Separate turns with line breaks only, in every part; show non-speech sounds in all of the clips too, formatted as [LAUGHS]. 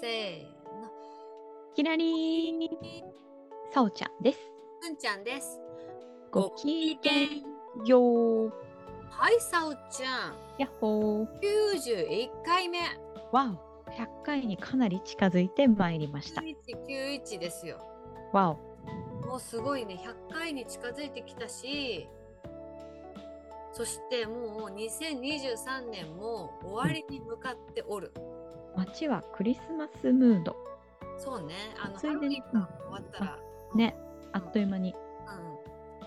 せーの、
きらりん、さおちゃんです。
ふんちゃんです。
ごきげんよう。
はい、さおちゃん、
やっほー。
九十一回目。
わお。100回にかなり近づいてまいりました
九。一九一ですよ。
わお。
もうすごいね、百回に近づいてきたし。そしてもう2023年も終わりに向かっておる。
街はクリスマスムード。
そうね、あの
つ
ハ
い
ロ
で
ウィ
に
ンが終わったら、
ね、あっという間に。
う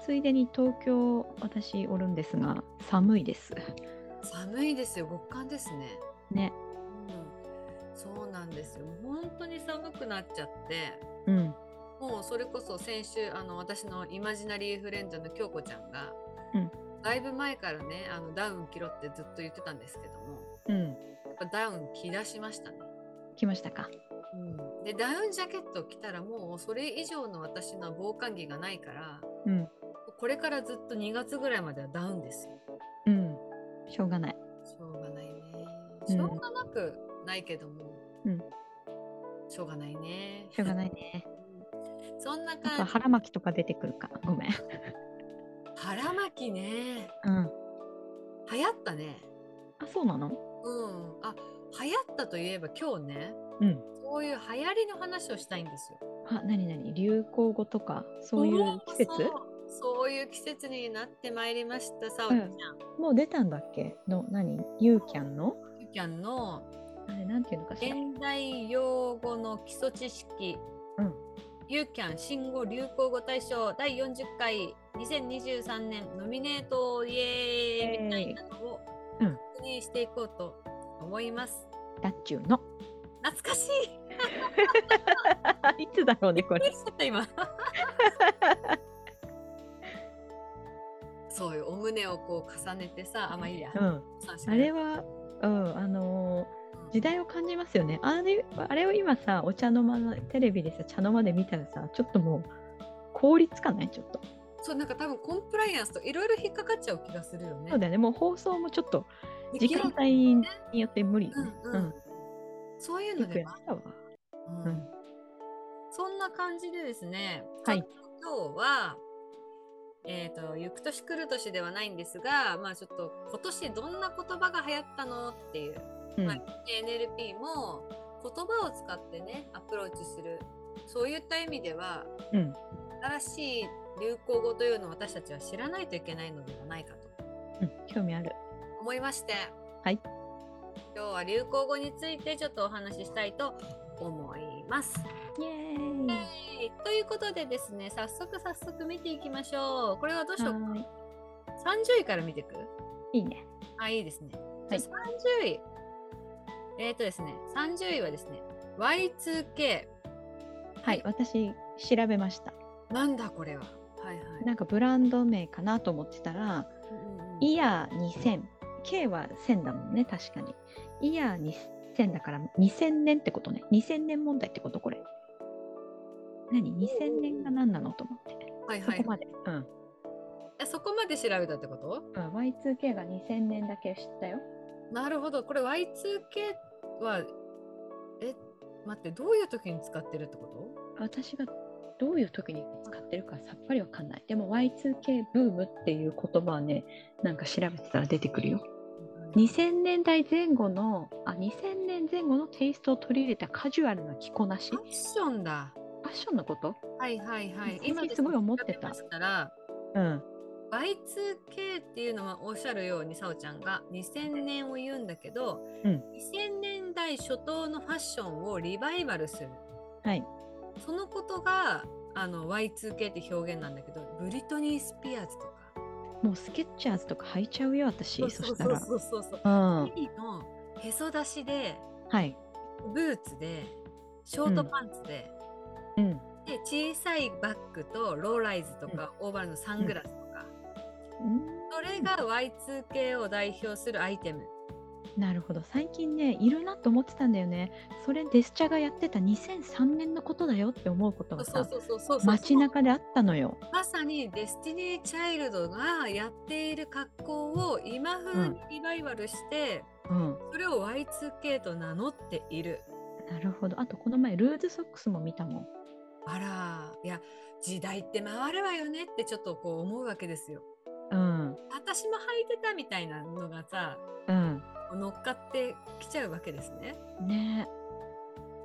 ついでに東京、私おるんですが、寒いです。
ん、寒いですよ、極寒ですね。
ね。
うん、そうなんですよ。本当に寒くなっちゃって。
うん。
もうそれこそ先週あの私のイマジナリーフレンドの京子ちゃんが、
うん
だいぶ前からねあのダウン着ろってずっと言ってたんですけども
うん。
やっぱダウン着出しましたね。
来ましたか。
うん、でダウンジャケット着たらもうそれ以上の私の防寒着がないから
うん。
これからずっと2月ぐらいまではダウンですよ。
うん。しょうがない。
しょうがないね。
うん
しょうがなくないけども、
うん
しょうがないね。
しょうがないね。
そんな
あと
感じ。
腹巻きとか出てくるか。ごめん。
腹巻きね。
うん。
流行ったね。
あ、そうなの
うん、あ流行ったといえば今日ね
うん。
そういう流行りの話をしたいんですよ。
あ、なになに流行語とか、そういう季節
そうそういう季節になってまいりましたさおちゃん。
もう出たんだっけの何ユーキャンの
ゆきゃんの
あれなんていうのかしら
現代用語の基礎知識、
うん
ゆきゃん新語・流行語大賞第40回2023年ノミネートイエーイみたいなのを
うん
確認していこうと思います。
だっちゅうの
懐かし
[LAUGHS]
い
いつだろうねこ
びっく
れ
りしちゃった
[LAUGHS]
今そういうお胸をこう重ねてさあまあいいや、
うん
さ
あれはうんあのー時代を感じますよねあれあれを今さお茶の間のテレビでさ茶の間で見たらさちょっともう効率かないちょっと
そうなんか多分コンプライアンスといろいろ引っかかっちゃう気がするよね
そうだよねもう放送もちょっと
で
時
きる
間帯によって無理よね
うんうんそういう
よ
の
く
で
や
もあ
ったわう
う
んん
そんな感じでですね、
はい
ちょっと今日はえー、と行く年来る年ではないんですが、まあ、ちょっと今年どんな言葉が流行ったのっていう
うん
はい NLP も言葉を使ってねアプローチするそういった意味では
うん
新しい流行語というのを私たちは知らないといけないのではないかと
うん興味ある
思いまして、
はい、
今日は流行語についてちょっとお話ししたいと思います。
イエーイ
えーということでですね早速早速見ていきましょうこれはどうしようか
はーい
30位から見ていく
いいね
あ、いいですね。
はい
じゃあ30位。えっ、とですね、30位はですね、Y2K。
はい私調べました
なんだこれは。はいはい。
なんかブランド名かなと思ってたら、イ
い。
ヤー2000、K は1000だもんね、確かに。イヤー2000だから2000年ってことね。2000年問題ってことこれ。何 ?2000 年が何なのと思って。
はい
そ
はい
こ。まで。うん
えそこまで調べたってこと
うん。Y2K が2000年だけ知ったよ。
なるほど。これ Y2K は、え、待って、どういう時に使ってるってこと
私がどういう時に使ってるかさっぱりわかんない。でも Y2K ブームっていう言葉はね、なんか調べてたら出てくるよ。2000年代前後の、あ、2000年前後のテイストを取り入れたカジュアルな着こなし
フ。ァッションだ。
ファッションのこと
はいはいはい。
最近すごい思ってた
調べましたら、
うん。
Y2K っていうのはおっしゃるようにさおちゃんが2000年を言うんだけど、
うん
2000年代初頭のファッションをリバイバルする
はい。
そのことがあの Y2K って表現なんだけどブリトニー・スピアーズとか
もうスケッチャーズとか履いちゃうよ、私。そしたら。
そうそうそうそう
うん。
ミリのへそ出しで
はい。
ブーツでショートパンツで,、
うん。
で小さいバッグとローライズとか、オーバルのサングラスとか、それが Y2K を代表するアイテム。
なるほど。最近ね、いるなと思ってたんだよね。それ、デスチャがやってた2003年のことだよって思うことが
そう
さ、
そうそうそうそう
街中であったのよ。
まさにデスティニー・チャイルドがやっている格好を今風にリバイバルして、
うん。
それを Y2K と名乗っている。
なるほど。あと、この前、ルーズソックスも見たもん。
あら、いや、時代って回るわよねってちょっとこう思うわけですよ。
うん。
私も履いてたみたいなのがさ、
うん。
乗っかってきちゃうわけですね。
ね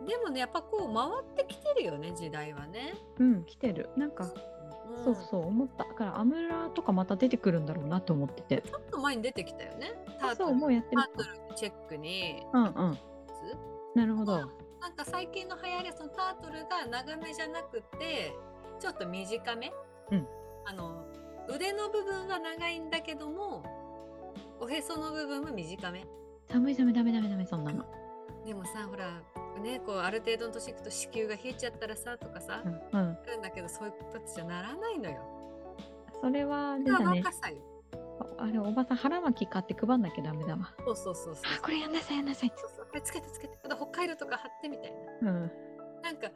でもね、やっぱこう回ってきてるよね、時代はね。
うん、来てる。なんか、
うん
そうそう、思った。だから、アムラーとかまた出てくるんだろうなと思ってて。
ちょっと前に出てきたよね。タ
あ
ート
そう、
ル
もうやってる
タートルチェックに、
うんうん。なるほど。
なんか最近の流行りはそのタートルが長めじゃなくてちょっと短め、
うん
あの腕の部分は長いんだけどもおへその部分は短め
寒い寒いダメダメダメそんなの。
でもさほらねこうある程度の年いくと子宮が冷えちゃったらさとかさ、
うんうん。
あるんだけどそういうことじゃならないのよ。
それは、出
だか
た
ら
ね。
若さよ。
あれ、おばさん腹巻き買って配んなきゃダメだわ。
そうそうそうそう。
あ、これやんなさいやんなさいっつ
そうそうこれつけてつけてあと北海道とか貼ってみたいな。
うん。
なんか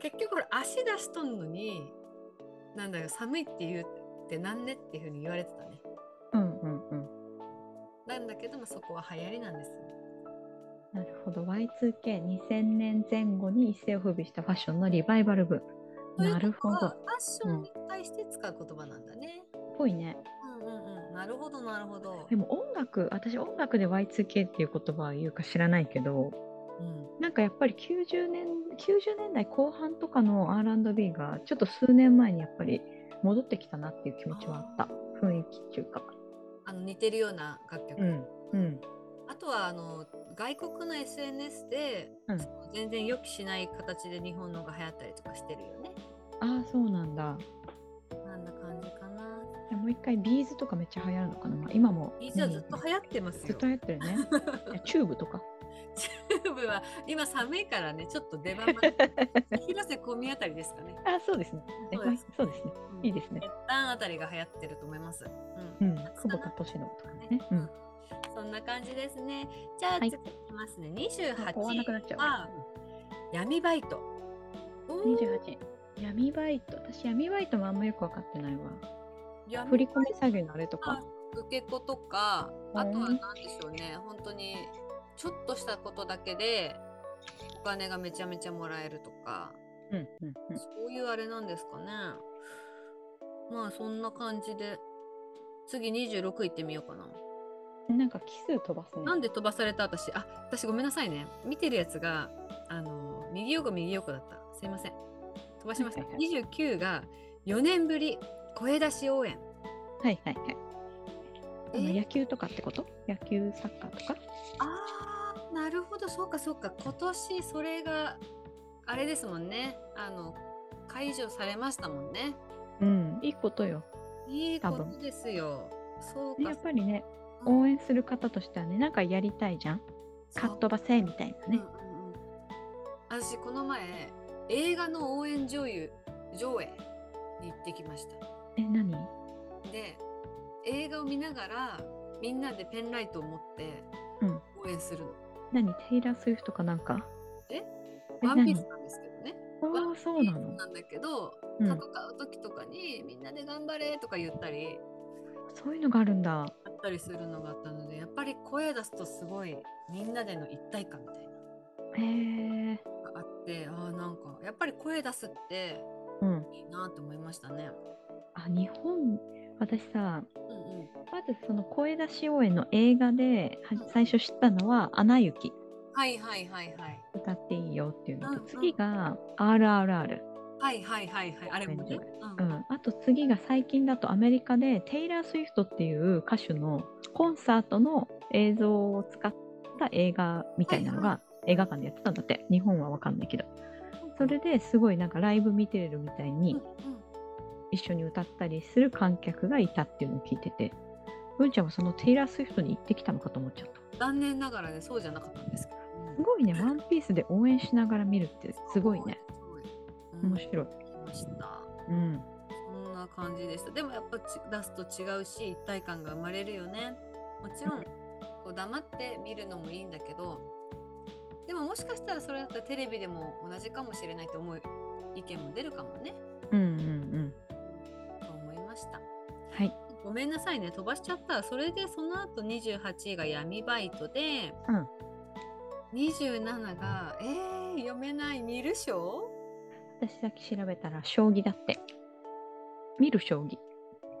結局ほら足出しとんのになんだよ寒いって言うってなんねっていうふうに言われてたね。
うんうんうん。
なんだけどもそこは流行りなんですよ。
なるほど。Y2K2000 年前後に一世を風靡したファッションのリバイバル部。なるほ
と
ど。
いうことはファッションに対して使う言葉なんだね。
ぽいね。
うんうんうん。なるほどなるほど。
でも音楽、私音楽で Y2K っていう言葉は言うか知らないけど、
うん。
なんかやっぱり90年、90年代後半とかの R&B がちょっと数年前にやっぱり戻ってきたなっていう気持ちはあった。雰囲気っていうか。
あの似てるような楽曲。
うん。うん。
あとはあの外国の SNS で、
うん
その全然予期しない形で日本のが流行ったりとかしてるよね。
ああ、そうなんだ。
なんだ感じかな。
でもう一回ビーズとかめっちゃ流行るのかな、まあ今も
ビーズはずっと流行ってます
ずっ
よ
と。
[LAUGHS]
流行ってるねいやチューブとか
チューブは今寒いからねちょっと出
[LAUGHS]
番が広瀬香美あたりですかね。
あそうですね
そうです
そうですねいいですね
一旦あたりが流行ってると思います。う。
うんん久保田敏信とかねう
うんんそんな感じですね。じゃあ、
はい
次いきますね。
あ終わんなくなっち
28
ゃう
は闇バイト。おー
28闇バイト私闇バイトもあんまよく分かってないわ
闇
振り込み詐欺のあれとか
受け子とか、あとは
うん
何でしょうね。本当にちょっとしたことだけでお金がめちゃめちゃもらえるとか、
うんうんうん
そういうあれなんですかね。まあそんな感じで。次26いってみようかな。
なんか奇数飛ばすね
なんで飛ばされた私。あ、私ごめんなさいね。見てるやつが、あの、右横右横だった。すいません。飛ばしました。
はいは
29が4年ぶり声出し応援。
はいはいはいあの
えー
野球とかってこと野球サッカーとか
あー、なるほど。そうかそうか。今年それが、あれですもんね。あの、解除されましたもんね。
うんいいことよ
いいこ
多
と
分
ですよ。そう
ね
か
やっ。ぱりね応援する方としてはねなんかやりたいじゃん
そう
カットばせみたいなね、
うんうんうん私この前映画の応援女優上映に行ってきました
え何
で映画を見ながらみんなでペンライトを持って
うん
応援するの、
何テイラー・スウィフトかなんか
え
え
ワンピー
何
スなんですけどね
ああそうなの
なんだけど、
うん
戦う時とかにみんなで頑張れとか言ったり
そういうのがあるんだ
あったりするのがあったのでやっぱり声出すとすごいみんなでの一体感みたい
へ
な
え
のがあってあーなんかやっぱり声出すって
うん
いいなと思いましたね。
あ日本私さ
うんうん
まずその声出し応援の映画では最初知ったのは「アナ雪
はいはいはいはい。」
歌っていいよっていうの
うん
と
うん
次が「RRR
はいはいはいはい。あれもね。うん」
う
うん
ん、あと次が最近だとアメリカでテイラー・スウィフトっていう歌手のコンサートの映像を使った映画みたいなの
は
が映画館でやってたんだって日本は分かんないけどそれですごいなんかライブ見てるみたいに一緒に歌ったりする観客がいたっていうのを聞いてて文ちゃんもそのテイラー・スウィフトに行ってきたのかと思っちゃった
残念ながらね、そうじゃなかったんですけど。
すごいね、ワンピースで応援しながら見るってすごいね。。
すごい
面白い。
思いました。
うん。
そんな感じでした。でもやっぱち出すと違うし一体感が生まれるよね。もちろんこう黙って見るのもいいんだけどでももしかしたらそれだったらテレビでも同じかもしれないと思う意見も出るかもね
うんうんうん。
と思いました。
はい。
ごめんなさいね飛ばしちゃったそれでその後28位が闇バイトで、
うん
27が「えー、読めない見る賞
私さっき調べたら、将棋だって。見る将棋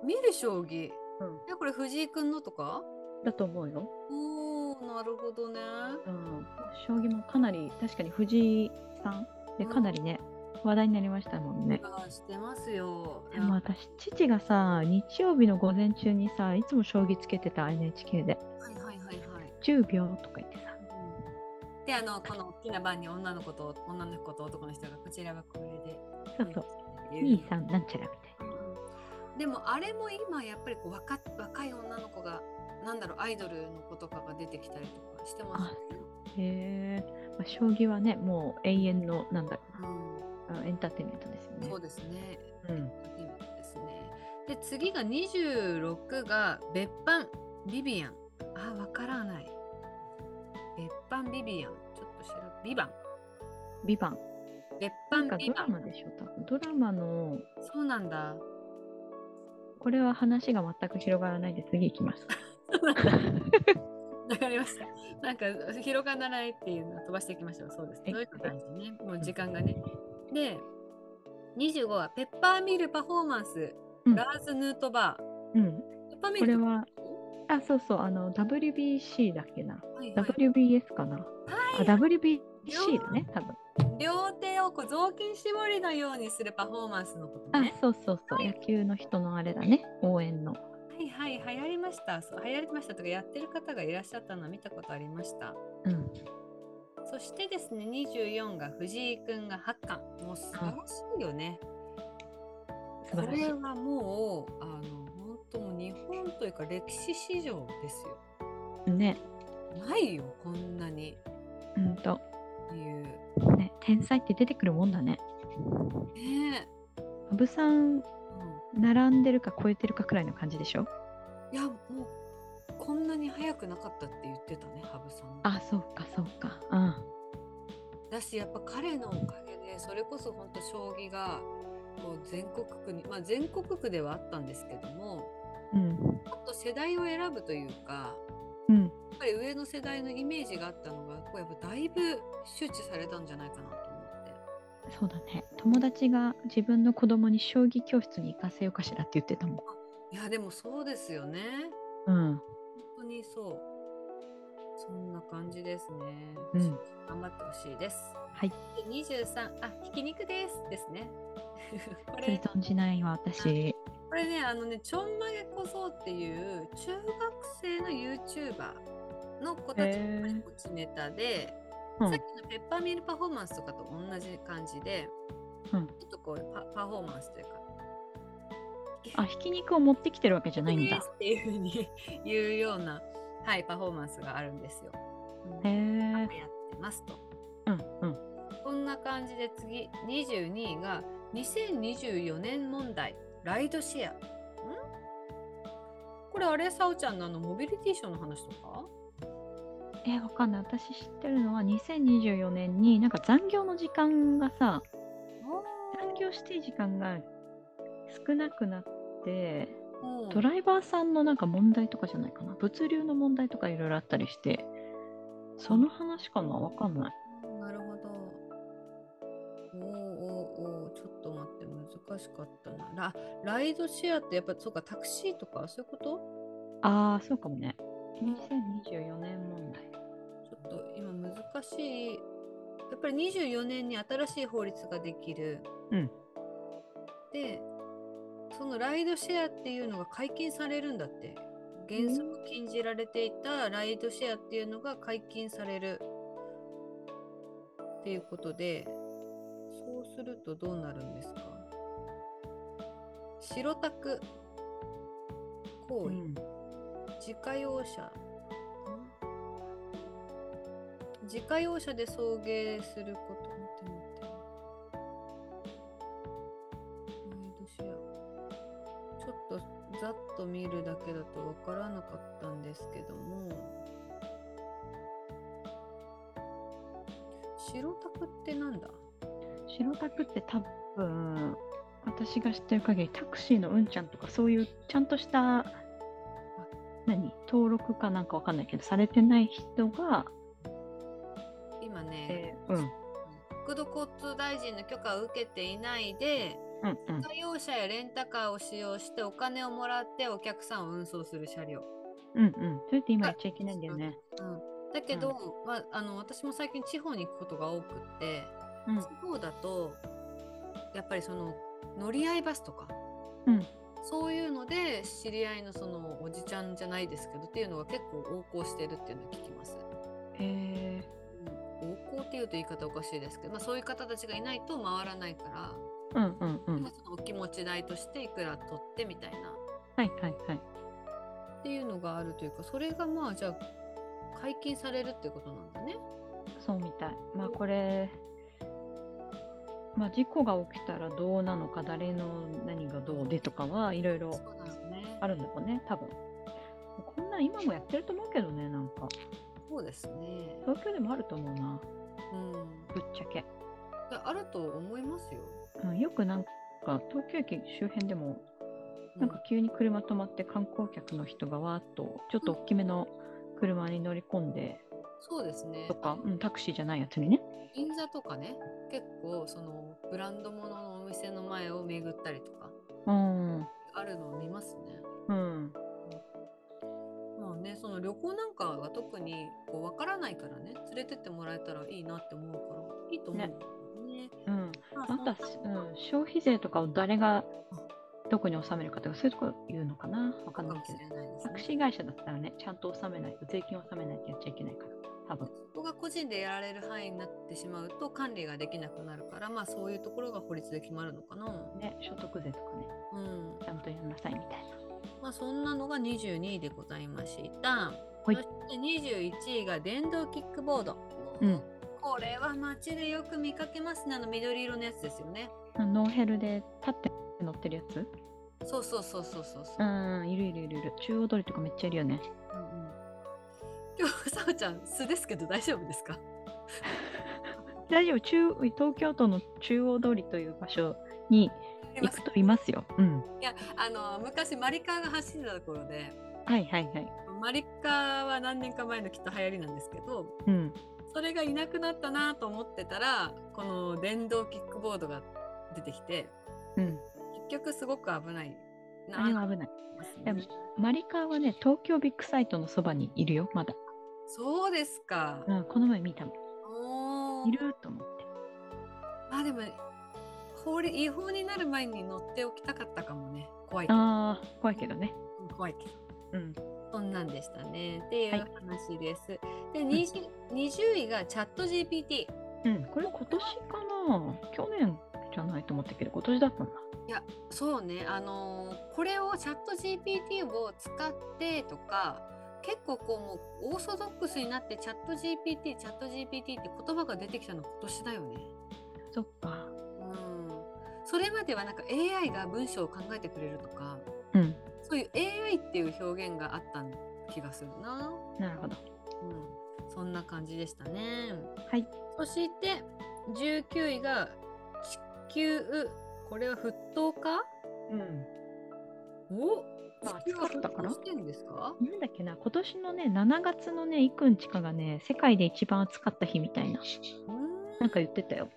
見る将棋」
うん
えこれ藤井くんのとか
だと思うよ。
おーなるほどね。
うん。将棋もかなり、確かに藤井さんでかなりね、話題になりましたもんね。
あしてますよ。
でも私、父がさ、日曜日の午前中にさ、いつも将棋つけてた NHK で、
はいはいはいはい。
10秒とか言ってさ、
うんであのこの大きな番に女の子と女の子と男の人がこちらはこれで。
そうそう、
う
兄さんなんちゃらみたい
うんでもあれも今やっぱりこう若若い女の子がなんだろうアイドルの子とかが出てきたりとかしてます
な。
ね。
へえ。まあ、将棋はね、もう永遠の、なんだろ
う
うあ、エンターテインメントですよ
ん、
ね。
そうですね。
うん。
いいですね。で次が26が別班ビビアン。あわからない。別班ビビアン。ちょっと調べビバン。
ビバン。
別
なん
班
か
ビ
ド
バ
ラ
ン。
マでしょ、多分ドラマの、
そうなんだ。
これは話が全く広がらないで次行きます。
わかりました。なんか広がらないっていうのは飛ばしていきましょう。そうです
は
ね。そう
い
い
う
感じね。もう時間がね。で、25はペッパーミルパフォーマンス、
うん
ラーズヌートバー。
うん。
ペッパーミ
こ
ル
れ
と
は、あ、そうそう、あの、WBC だっけな。
はいはい
WBS かな。あ、WBC だね、多分。
両手をこう雑巾絞りのようにするパフォーマンスのこと
あ
ね。、
そうそうそう、野球の人のあれだね、応援の。
はいはい、流行りました。そう流行りましたとか、やってる方がいらっしゃったのは見たことありました。
うん。
そしてですね、24が藤井くんが八冠。もう素晴らしいよね。
素
こ
晴らし
れ
い。
はもう、あの、本当もう日本というか歴史史上ですよ。
ね、
ないよ、こんなに。
うんと、
っていう。
ね、天才って出てくるもんだね。
ね
羽生さん、
えう
並んでるか超えてるかくらいの感じでしょ
んいや、もう、こんなに早くなかったって言ってたね、羽生さん。
あ、そうか、そうか。うん。
だしやっぱ彼のおかげでそれこそ本当将棋がこう全国区に、まあ、全国区ではあったんですけども
うん。
ちょっと世代を選ぶというか
うん。
やっぱり上の世代のイメージがあったのがこうやっぱだいぶ周知されたんじゃないかなと思って。
そうだね。友達が自分の子供に将棋教室に行かせようかしらって言ってたもん。
いやでもそうですよね。
うん。
本当にそう。そんな感じですね。
うん
頑張ってほしいです。
はい
で。23、あ、ひき肉です。ですね。 [LAUGHS] こ
それ
れ
存じないわ、私。
これねあのねちょんまげ小僧っていう中学生の YouTuber の子た
へ
ちの
ー
こっちネタで、
うん
さっきのペッパーミルパフォーマンスとかと同じ感じで、
うん
ちょっとこうパパフォーマンスというか
あ、ひき肉を持ってきてるわけじゃないん
イエ
だ
ーイ。っていうふうに [LAUGHS] 言うような、はい、パフォーマンスがあるんですよ。うん
へえ。
やってますと。
うんうん。
こんな感じで次22位が2024年問題ライドシェア。んこれあれさおちゃんのあのモビリティショーの話とか
えーわかんない。私知ってるのは2024年になんか残業の時間がさ、残業していい時間が少なくなって、
うん
ドライバーさんのなんか問題とかじゃないかな。物流の問題とかいろいろあったりして、その話かなわかんない。
なるほど。おーおーおーちょっと待って難しかったなラ。ライドシェアってやっぱそうかタクシーとかそういうこと
ああ、そうかもね。2024年問題。
ちょっと今難しい。やっぱり24年に新しい法律ができる。
うん
で、そのライドシェアっていうのが解禁されるんだって。原則禁じられていたライドシェアっていうのが解禁される。っていうことで、そうするとどうなるんですか白タク行
う
為。
ん
自家用車ん自家用車で送迎すること待って待ってライドシェアちょっとざっと見るだけだと分からなかったんですけども白タクってなんだ
白タクって多分私が知ってる限りタクシーのうんちゃんとかそういうちゃんとした何登録かなんかわかんないけどされてない人が、
今ね、
えーうん
国土交通大臣の許可を受けていないで
うんうん
自家用車やレンタカーを使用してお金をもらってお客さんを運送する車両
うんうんそれって今言っちゃいけないんだよね。
だけど、まあ、あの私も最近地方に行くことが多くって、
うん
地方だとやっぱりその乗り合いバスとか、
うん
そういうので知り合いのそのおじちゃんじゃないですけどっていうのが結構横行してるっていうのを聞きます。
え
横行っていうと言い方おかしいですけど、まあ、そういう方たちがいないと回らないから、
ー、うんうんうん
まあそのお気持ち代としていくら取ってみたいな
はいはいはい。
っていうのがあるというかそれがまあじゃあ解禁されるってことなんだね。
そうみたい。まあこれ、まあ、事故が起きたらどうなのか誰の何がどうでとかはいろいろ
うなんですね
あるんだろうね多分。こんなん今もやってると思うけどねなんか
そうですね。
東京でもあると思うな
うん
ぶっちゃけ。
いやあると思いますよ。
うん、よくなんか東京駅周辺でもなんか急に車止まって観光客の人がわーっとちょっと大きめの車に乗り込んで
そうですね
と。か、うん、タクシーじゃないやつにね。
銀座とかね、結構そのブランド物ののお店の前を巡ったりとか
うん、
あるのを見ますね。
うん、
まあね、その旅行なんかは特にこうわからないからね、連れてってもらえたらいいなって思うからいいと思うんだよね。
うん。
まあ
あ
そん
と
な
は、うん、消費税とかを誰がどこに納めるかとかそういうところ言うのかなわか
か
んな
も
いけ
し
ど
れないです
タ
ね。
クシー会社だったらねちゃんと納めないと税金を納めないとやっちゃいけないから多分
そこが個人でやられる範囲になってしまうと管理ができなくなるから、まあそういうところが法律で決まるのかな。
ね所得税とかね
うん。
ちゃんとやんなさいみたいな
まあ、そんなのが22位でございました。
はい
そして21位が電動キックボード。
うん
これは街でよく見かけますね。あの緑色のやつですよね。
あのノーヘルで立って乗ってるやつ
そうそうそうそうそうそうう。
んいるいるいるいる中央通りとかめっちゃいるよね
うんうん今日さおちゃん素ですけど大丈夫ですか？
大丈夫中東京都の中央通りという場所に行くといますようん
いやあの昔マリカーが走ってたところで、
はいはいはい
マリカーは何年か前のきっと流行りなんですけど、
うん
それがいなくなったなと思ってたらこの電動キックボードが出てきて。
うん
結局すごく危ない
あれは危ないでもマリカーはね東京ビッグサイトのそばにいるよまだ、
そうですか、
うん、この前見たもん
おー
いると思って
あでも法律違法になる前に乗っておきたかったかもね怖いけど
あー怖いけどね
うん怖いけど
うん
そんなんでしたねっていう
はい
話です、で 20, 20位がチャット GPT い
うんこれ今年かな去年じゃないと思ったけど今年だったんだ
やそうねあのーこれをチャット GPT を使ってとか結構こうもうオーソドックスになってチャット GPT チャット GPT って言葉が出てきたの今年だよね
そっか
うんそれまではなんか AI が文章を考えてくれるとか
うん
そういう AI っていう表現があった気がするな、
なるほど
うん、そんな感じでしたね
はい
そして19位が地球これは沸騰化
うん
お
まあ
地球は沸
暑かったか
騰
な
してんですか
なんだっけな今年のね7月のね幾日かがね世界で一番暑かった日みたいな
うん
なんか言ってたよ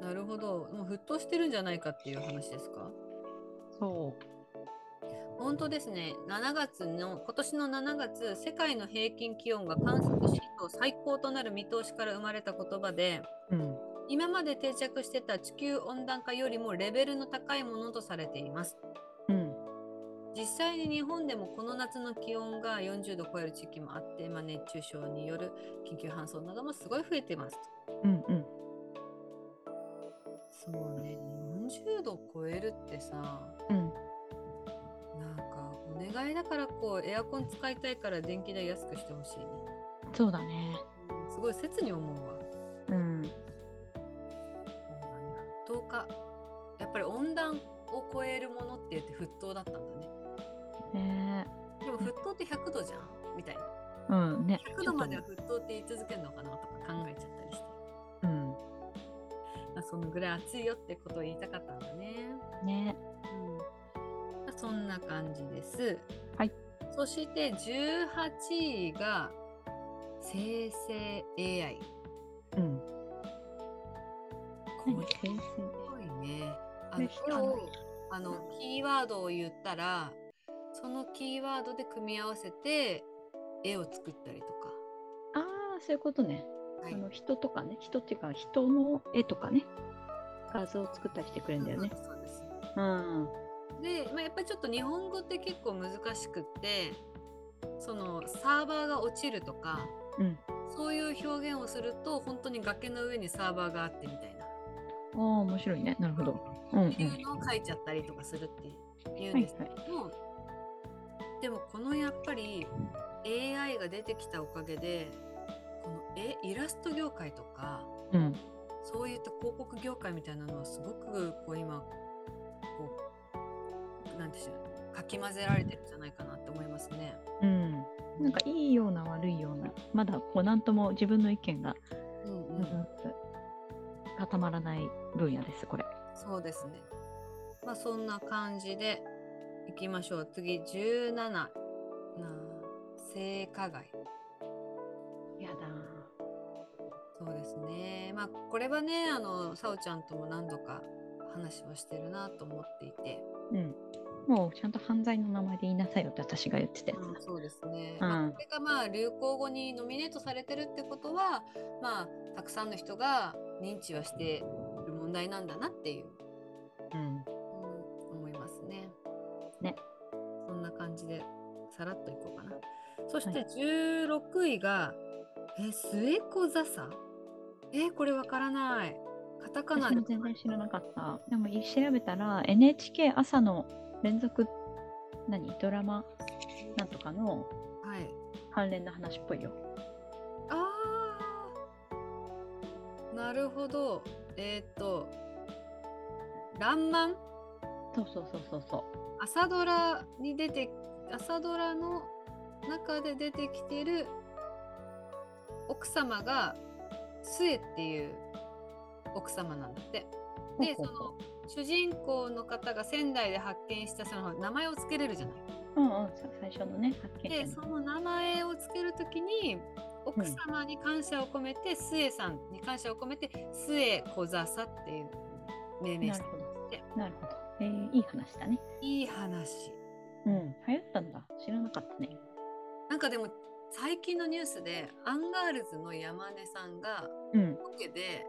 なるほどもう沸騰してるんじゃないかっていう話ですか
そ
本当ですね7月の今年の7月世界の平均気温が観測史上最高となる見通しから生まれた言葉で
ううん
今まで定着してた地球温暖化よりもレベルの高いものとされています
うん
実際に日本でもこの夏の気温が40度超える地域もあって、まあ、熱中症による緊急搬送などもすごい増えています
うんうん
そうね40度超えるってさ
うん
なんかお願いだからこうエアコン使いたいから電気代安くしてほしいね
そうだね
すごい切に思うわ。
うん
そうなんだ沸騰化やっぱり温暖を超えるものって言って沸騰だったんだね
ね
でも沸騰って100度じゃんみたいな
えうんね
100度までは沸騰って言い続けるのかなとか考えちゃったりして
うん
まあそのぐらい熱いよってことを言いたかったんだね
ね
うんまあそんな感じです
はい
そして18位が生成 AI
うん
こう
先
すごいね。あの
ね
今
あの
日あのキーワードを言ったらそのキーワードで組み合わせて絵を作ったりとか。
ああそういうことね、
は
あの人とかね人っていうか人の絵とかね画像を作ったりしてくれるんだよね
そうです
うん
で、まあ、やっぱりちょっと日本語って結構難しくってそのサーバーが落ちるとか、
うん
そういう表現をすると本当に崖の上にサーバーがあってみたいな。
ああ面白いねなるほどうんうん
いうのを書いちゃったりとかするっていうん
はい
ですけど、でもこのやっぱり AI が出てきたおかげでこのえイラスト業界とか
うん
そういった広告業界みたいなのはすごくこう今こうなんていうんでしょうかき混ぜられてるんじゃないかなって思いますね。
うんなんかいいような悪いようなまだこう何とも自分の意見が
うんう
うんんうん固まらない分野ですこれ
そうですね。まあそんな感じでいきましょう。次17な性加害。
やだ
そうですね。まあこれはね、あのさおちゃんとも何度か話をしてるなと思っていて、
うんもうちゃんと犯罪の名前で言いなさいよって私が言ってたやつ、
うん、そうですね。
うん
まあ、これがまあ流行語にノミネートされてるってことは、まあたくさんの人が認知はしてる問題なんだなっていう、
うん
うん、思いますね。
ね。
そんな感じでさらっといこうかな。そし
は
て
い
16位が、え末子座さえこれわからない。カタカナ
私
で
も全然知らなかったでも調べたら NHK 朝の連続何ドラマなんとかの
はい。
関連の話っぽいよ
あーなるほどえーっ、と「らんまん」
そうそうそうそうそ
朝ドラに出て朝ドラの中で出てきてる奥様が末っていう奥様なんだって。
う
で
ほ
そ
うほ
の主人公の方が仙台で発見したその名前をつけれるじゃない。
ううんうんそう最初のね発見
で
者
そ
の
の名前をつけるときに奥様に感謝を込めて、スエさんに感謝を込めてスエ小ザサっていう命名
な
し
る
て
ほど
で
なるほど、えーいい話だね
いい話
うん流行ったんだ知らなかったね
なんかでも最近のニュースでアンガールズの山根さんが
うん
ロケで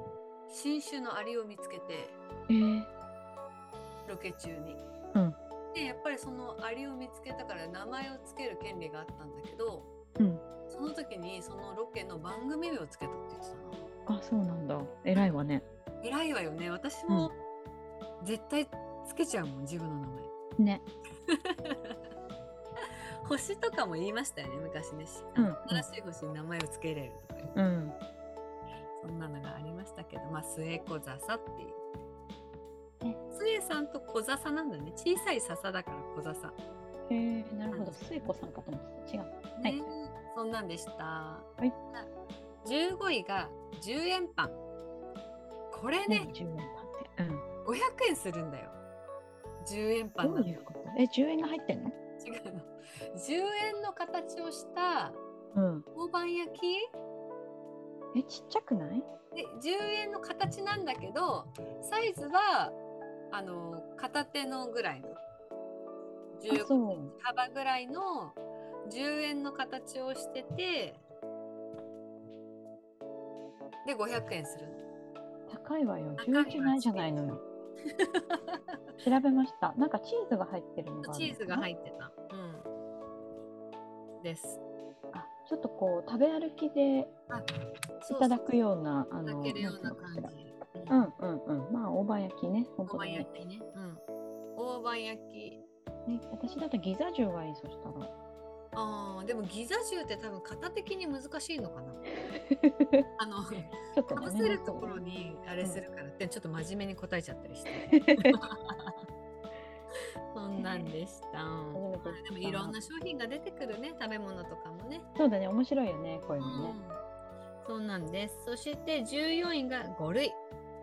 新種のアリを見つけて
えー、
ロケ中に、
うん
でやっぱりそのアリを見つけたから名前をつける権利があったんだけど
うん
その時にそのロケの番組名をつけたって言ってたな。
あそうなんだ偉いわね
偉いわよね私も絶対つけちゃうもん自分の名前
ね
星とかも言いましたよね昔ね、し
うん
新しい星に名前をつけれるとかいう
うん
そんなのがありましたけどまあ末子笹っていう
ね
末さんと小笹なんだね小さい笹だから小笹
えー、なるほど末子さんかと思ってた違う
ね、
はい
そんなんでした、
い
15位が10円パンこれね
ね、10円パンってうん
500円するんだよ10円パン
ど
なん
う
て
いうことえ、10円が入ってんの
違うの10円の形をした
うん。
大判焼き
え、ちっちゃくない
で10円の形なんだけどサイズはあの片手のぐらいの
あ、
10
そう。
幅ぐらいの10円の形をしててで500円するの。
高いわよ。
高いわ
10円じゃないじゃないのよ。調 [LAUGHS] べました。なんかチーズが入ってるのがあるのかな。
チーズが入ってた。うん、です。
あ、ちょっとこう、食べ歩きでい
そう
ただくような、あ
いた
の、
だけるよう
な
なん
ていうの
感じ
かしら。うんうんうん。まあ、大判焼きね。本
大
当だ
判
ね
焼。きね。うん。大判焼き。
ね私だとギザ10がいい、そしたら。
ああ、でもギザ銃って多分型的に難しいのかなあ
[LAUGHS]
の
ちょっと
か
ね
ぶせるところにあれするからってちょっと真面目に答えちゃったりして
[LAUGHS]
そんなんでした、
[LAUGHS] 初めて
でもいろんな商品が出てくるね食べ物とかもね
そうだね面白いよねこういうのね、
そうなんです。そして14位が5類。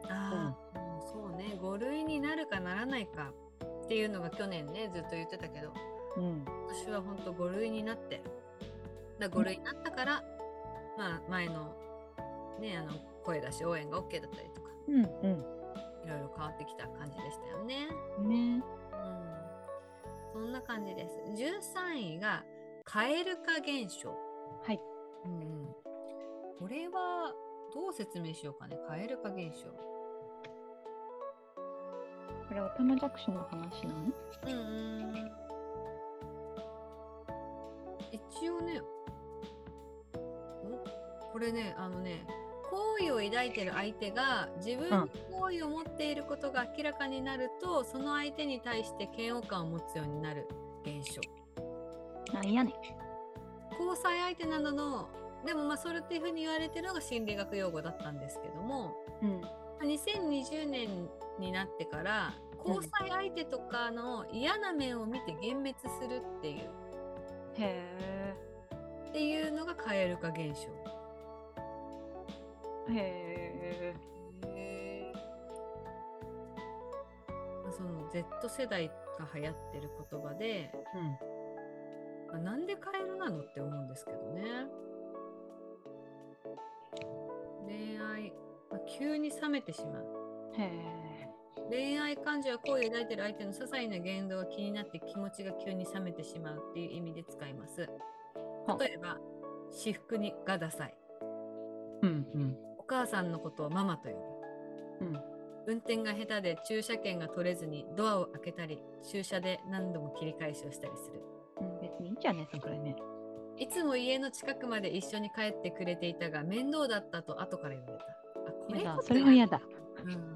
ああ、もうそうね、5類になるかならないかっていうのが去年ね、ずっと言ってたけど、
うん、
今年は本当5類になって、だ5類になったから、まあ前のね、あの声出し応援が OK だったりとか、
うん
いろいろ変わってきた感じでしたよね。
うんね
うん。そんな感じです。13位が蛙化現象。
はい
うんうん、これはどう説明しようかね蛙化現象。
これオタマジャクシの話なの
うんうん、一応ねおこれねあのね好意を抱いてる相手が自分に好意を持っていることが明らかになると、その相手に対して嫌悪感を持つようになる現象。
なんやねん
交際相手などのでもまあそれっていうふうに言われてるのが心理学用語だったんですけども、
うん
2020年になってから交際相手とかの嫌な面を見て幻滅するっていう
へえ
っていうのが蛙化現象。
へえ
まあその Z 世代が流行ってる言葉で、まあなんでカエルなのって思うんですけどね。恋愛、まあ急に冷めてしまう。
うんへえ
恋愛感情や好意を抱いている相手の些細な言動が気になって気持ちが急に冷めてしまうっていう意味で使います
は。
例えば、私服にがダサい。
うん
お母さんのことをママと呼
うんうん
ぶ。運転が下手で駐車券が取れずにドアを開けたり、駐車で何度も切り返しをしたりする。
うん別にいいんじゃねそこらね
いつも家の近くまで一緒に帰ってくれていたが面倒だったと後から言われた。あこ
やだ
こそ
それは嫌だ
うん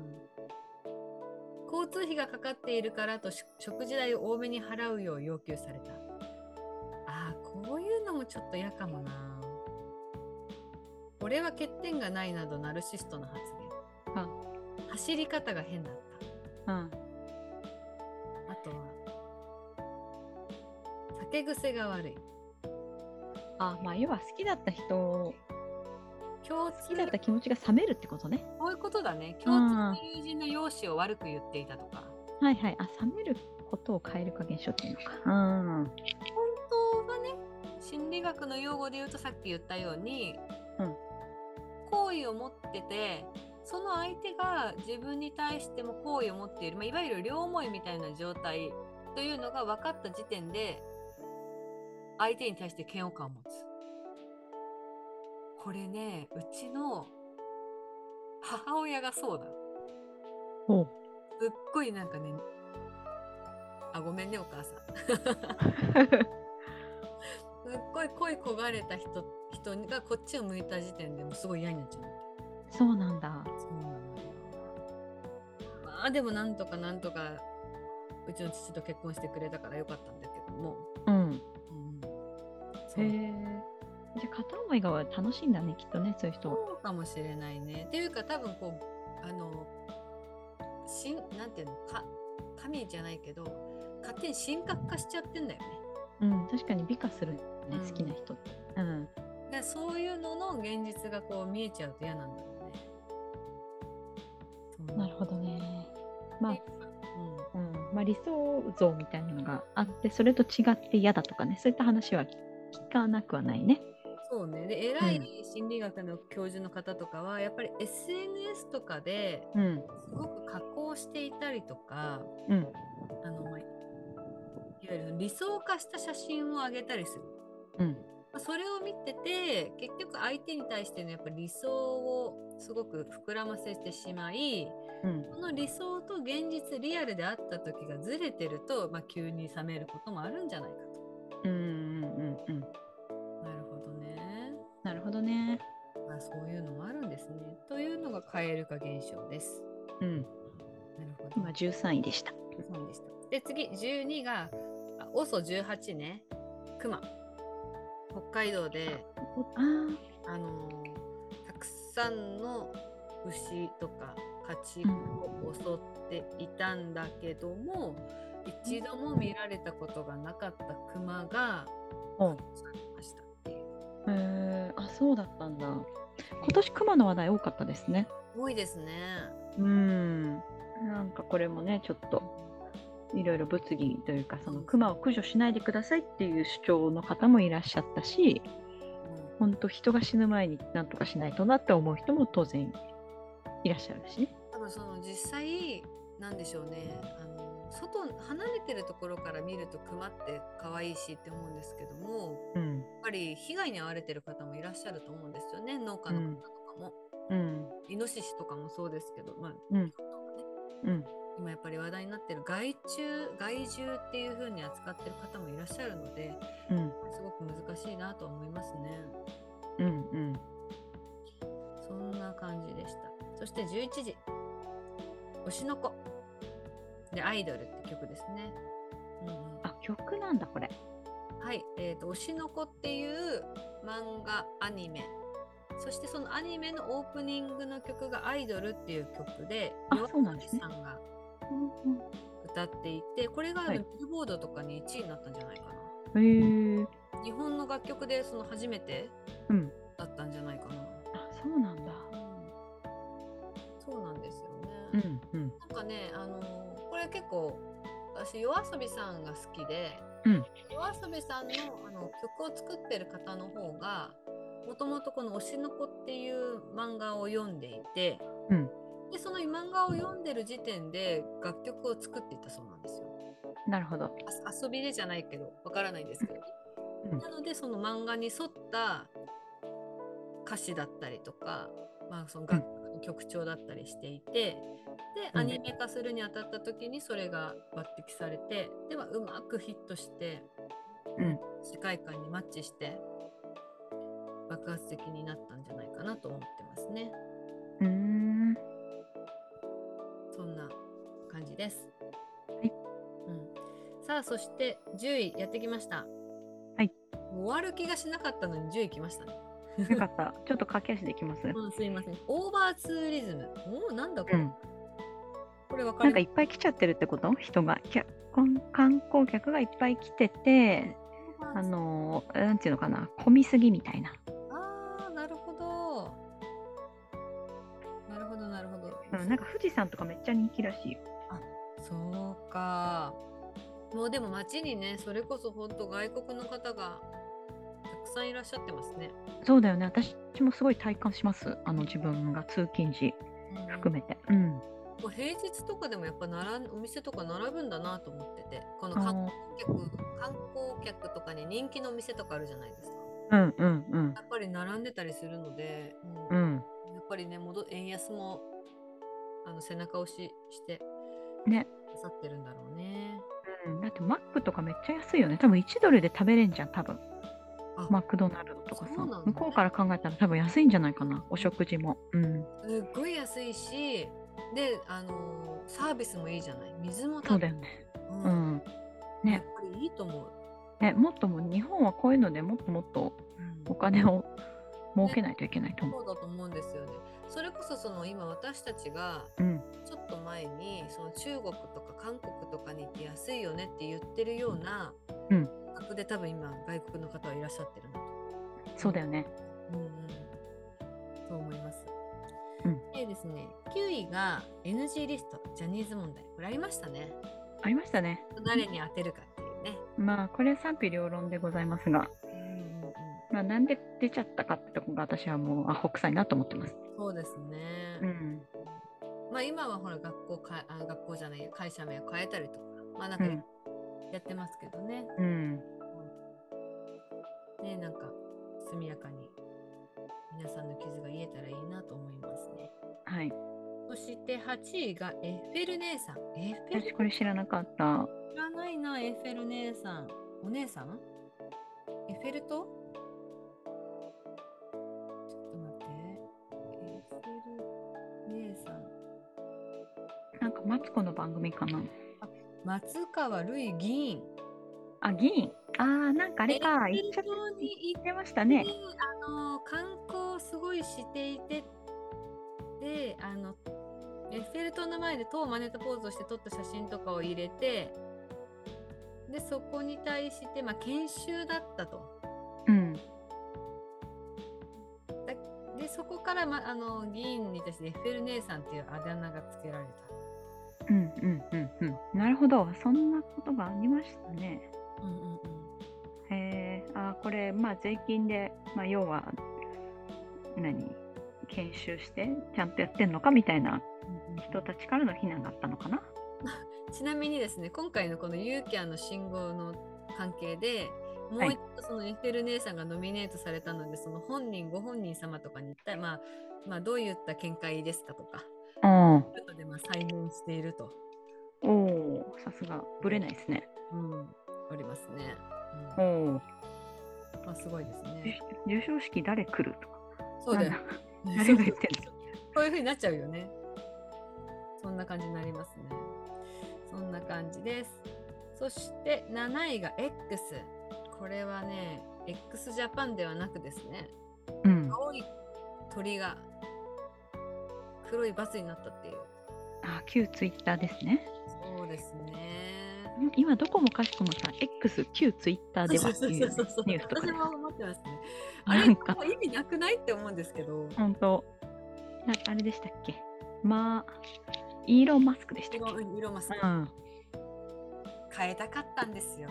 交通費がかかっているからとし食事代を多めに払うよう要求されたあーこういうのもちょっと嫌かもな俺は欠点がないなどナルシストの発言
あ
走り方が変だっ
うん
たあとは酒癖が悪い
あまあ要は好きだった人
共
好き
通
だった気持ちが冷めるってことね
こういうことだね共通の友人の容姿を悪く言っていたとか
はいはいあ冷めることを変えるか現象っていうのかうん
本当はね心理学の用語で言うとさっき言ったように、
うん
好意を持っててその相手が自分に対しても好意を持っている、まあ、いわゆる両思いみたいな状態というのが分かった時点で相手に対して嫌悪感を持つ。これねうちの母親がそうだ。
お [LAUGHS] う
すっごいなんかねあごめんねお母さん。すっごい恋焦がれた人人がこっちを向いた時点でもうすごい嫌になっちゃうんだって
そうなんだ
そうなのよまあでもなんとかなんとかうちの父と結婚してくれたからよかったんだけども、
うん
うん、そ
へ
う
えじゃあ片思いが楽しいんだねきっとねそういう人は
そうかもしれないねっていうか多分こうあのしんなんていうのか神じゃないけど勝手に神格化しちゃってんだよね
うん確かに美化するね
うん
好きな人ってうん
でそういうのの現実がこう見えちゃうと嫌なんだろうねそう
なるほどねまあ
でうん
うんまあ、理想像みたいなのがあってそれと違って嫌だとかねそういった話は聞かなくはないね。
そうね。で、偉
う
い心理学の教授の方とかは、やっぱり SNS とかで
うん
すごく加工していたりとか、
うん
あの、まあいわゆる理想化した写真を上げたりする。
うん
まあそれを見てて、結局相手に対してのやっぱ理想をすごく膨らませてしまい、
うん
その理想と現実、リアルであった時がずれてると、まあ、急に冷めることもあるんじゃないか
うんうんうん
と。なるほどね。
なるほどね。
まあ、そういうのもあるんですね。というのが蛙化現象です。
うん
なるほど。
今13位でした。
そうでした。で、次、12が、あ OSO18 ね、熊。北海道で
あー
あのーたくさんの牛とか家畜を襲っていたんだけども、一度も見られたことがなかったクマが
うん
殺されましたっていう
へーあそうだったんだ今年クマの話題多かったですね
多いですね。
うんなんかこれもねちょっといろいろ物議というかそのクマを駆除しないでくださいっていう主張の方もいらっしゃったし
うん
本当人が死ぬ前になんとかしないとなって思う人も当然いらっしゃるしね。
多分その実際なんでしょうねあの外離れてるところから見るとクマって可愛いしって思うんですけども
うん
やっぱり被害に遭われてる方もいらっしゃると思うんですよね農家の方とかも、
うん
イノシシとかもそうですけど、まあ
うん
日本とかね
うん
今やっぱり話題になってる害虫害獣っていう風に扱ってる方もいらっしゃるので
うん
すごく難しいなとは思いますね
うんうん
そんな感じでしたそして11時「推しの子」で「アイドル」って曲ですね、うんうん
あ曲なんだこれ。
はい、えーと「推しの子」っていう漫画アニメそしてそのアニメのオープニングの曲が「アイドル」っていう曲で
あ
夜
そうなんですね
さんが歌っていてこれがあの
はい
ビルボードとかに1位になったんじゃないかな、
へえ。
日本の楽曲でその初めて
うん
だったんじゃないかな、
あそうなんだ。
そうなんですよね、
うんうん
なんかねあのーこれ結構私夜遊びさんが好きで、
うん
夜遊びさんのあの曲を作ってる方の方がもともとこの「推しの子」っていう漫画を読んでいて、
うん
でその漫画を読んでる時点で楽曲を作っていたそうなんですよ。
なるほど。
あ遊びでじゃないけどわからないんですけどね、
うん
なのでその漫画に沿った歌詞だったりとか、まあ、その楽曲調だったりしていて、で
うん
アニメ化するにあたった時にそれが抜擢されてではうまくヒットして、
うん
世界観にマッチして爆発的になったんじゃないかなと思ってますね
うーん
そんな感じです。
い
うん、さあそして10位やってきました。
はい。
終わる気がしなかったのに10位来ましたね。
よかった。ちょっと駆け足でいきます。
うん、すいません。オーバーツーリズム。おお、なんだこ
う
れ。
ん。
これ分か
なんかい
る。
っぱい来ちゃってるってこと人が。きゃ観観光客がいっぱい来てて、あのー、なんていうのかな、混みすぎみたいな。
ああ、なるほど。なるほど、なるほど。
うん、なんか富士山とかめっちゃ人気らしいよ。
そうか。もうでも街にね、それこそ本当外国の方がたくさんいらっしゃってますね。
そうだよね。私もすごい体感します。あの自分が通勤時
うん
含めて。うん。
こう平日とかでもやっぱ並んお店とか並ぶんだなと思っててこの観光客観光客とかに人気のお店とかあるじゃないですか
うんうんうん
やっぱり並んでたりするので、う
うんん。
やっぱりね戻円安もあの背中押しして
ね。
刺さってるんだろうね
うん、だってマックとかめっちゃ安いよね。多分1ドルで食べれんじゃん、多分
あ。
マクドナルドとか
そ
さ、
うなんだ
向こうから考えたら多分安いんじゃないかな、お食事も。うん。
すっごい安いしであのーサービスもいいじゃない水も
そう
ぶ
だ
ん
よね。
う
うんん。ね
やっぱりいいと思う、
ね、もっとも日本はこういうのでもっともっとお金を儲けないといけないと思う。
そうだと思うんですよねそれこそその今私たちが
うん、
ちょっと前にその中国とか韓国とかに行って安いよねって言ってるような
うん
価格で多分今外国の方はいらっしゃってるなと、
そうだよね。
うんうん、そう思います。
うん
でですね9位が NG リストジャニーズ問題これありましたね。
ありましたね。
誰に当てるかっていうね。
まあこれは賛否両論でございますが、
うんうんうん、
まあ、なんで出ちゃったかってとこが私はもうアホ臭いなと思ってます。
そうですね。
うん、
まあ今はほら学校かあ学校じゃない会社名を変えたりとかまあなんか
うん
やってますけどね。
うん、
ねなんか速やかに皆さんの傷が癒えたらいいなと思いますね
はい。
そして8位がエッフェル姉さんエッフェル
私これ知らなかった。
知らないなエッフェル姉さんお姉さんエッフェル塔ちょっと待ってエッフェル姉さん
なんかマツコの番組かな。
松川るい議員
あ、議員。ああ、なんかあれか、
遠
言っちゃっ
方に行って
ましたね
て。あの観光をすごいしていてであのエッフェル塔の前で塔を真似たポーズをして撮った写真とかを入れてでそこに対して、まあ、研修だったと。
うん。
だでそこから、ま、あの議員に対してエッフェル姉さんっていうあだ名がつけられた。
うんうんうんうん。なるほど。そんなことがありましたね。
うんうんうん、
へえあーこれまあ税金で、まあ、要は何研修してちゃんとやってんのかみたいな人たちからの非難があったのかな
ちなみにですね今回のこのユーキャンの信号の関係でもう一度そのエッフェル姉さんがノミネートされたのでその本人ご本人様とかに一体、まあ、まあどういった見解ですかとか
うん
というのでまあ再燃していると、
おおさすがぶれないですね
うん、おりますね。
おお
うんまあ、すごいですね。
授賞式誰来るとか
そうだよ
なん。誰
[LAUGHS]
が言ってんの
そういう風になっちゃうよね。そんな感じになりますね。そんな感じです。そして7位が X。これはね、x ジャパンではなくですね、
[LAUGHS] うん
青い鳥が黒いバスになったっていう。
あー旧ツイッターですね
そうですね。
ん今どこもかしこもさ X 旧ツイッターではっていう
そうそうそうそう
ニュースとか
私
で
も
さ
思ってますね。あれ、
なんか
もう意味なくないって思うんですけど。
本当なあれでしたっけまあイーロン・マスクでしたっけ
色色マスク
うん
変えたかったんですよ。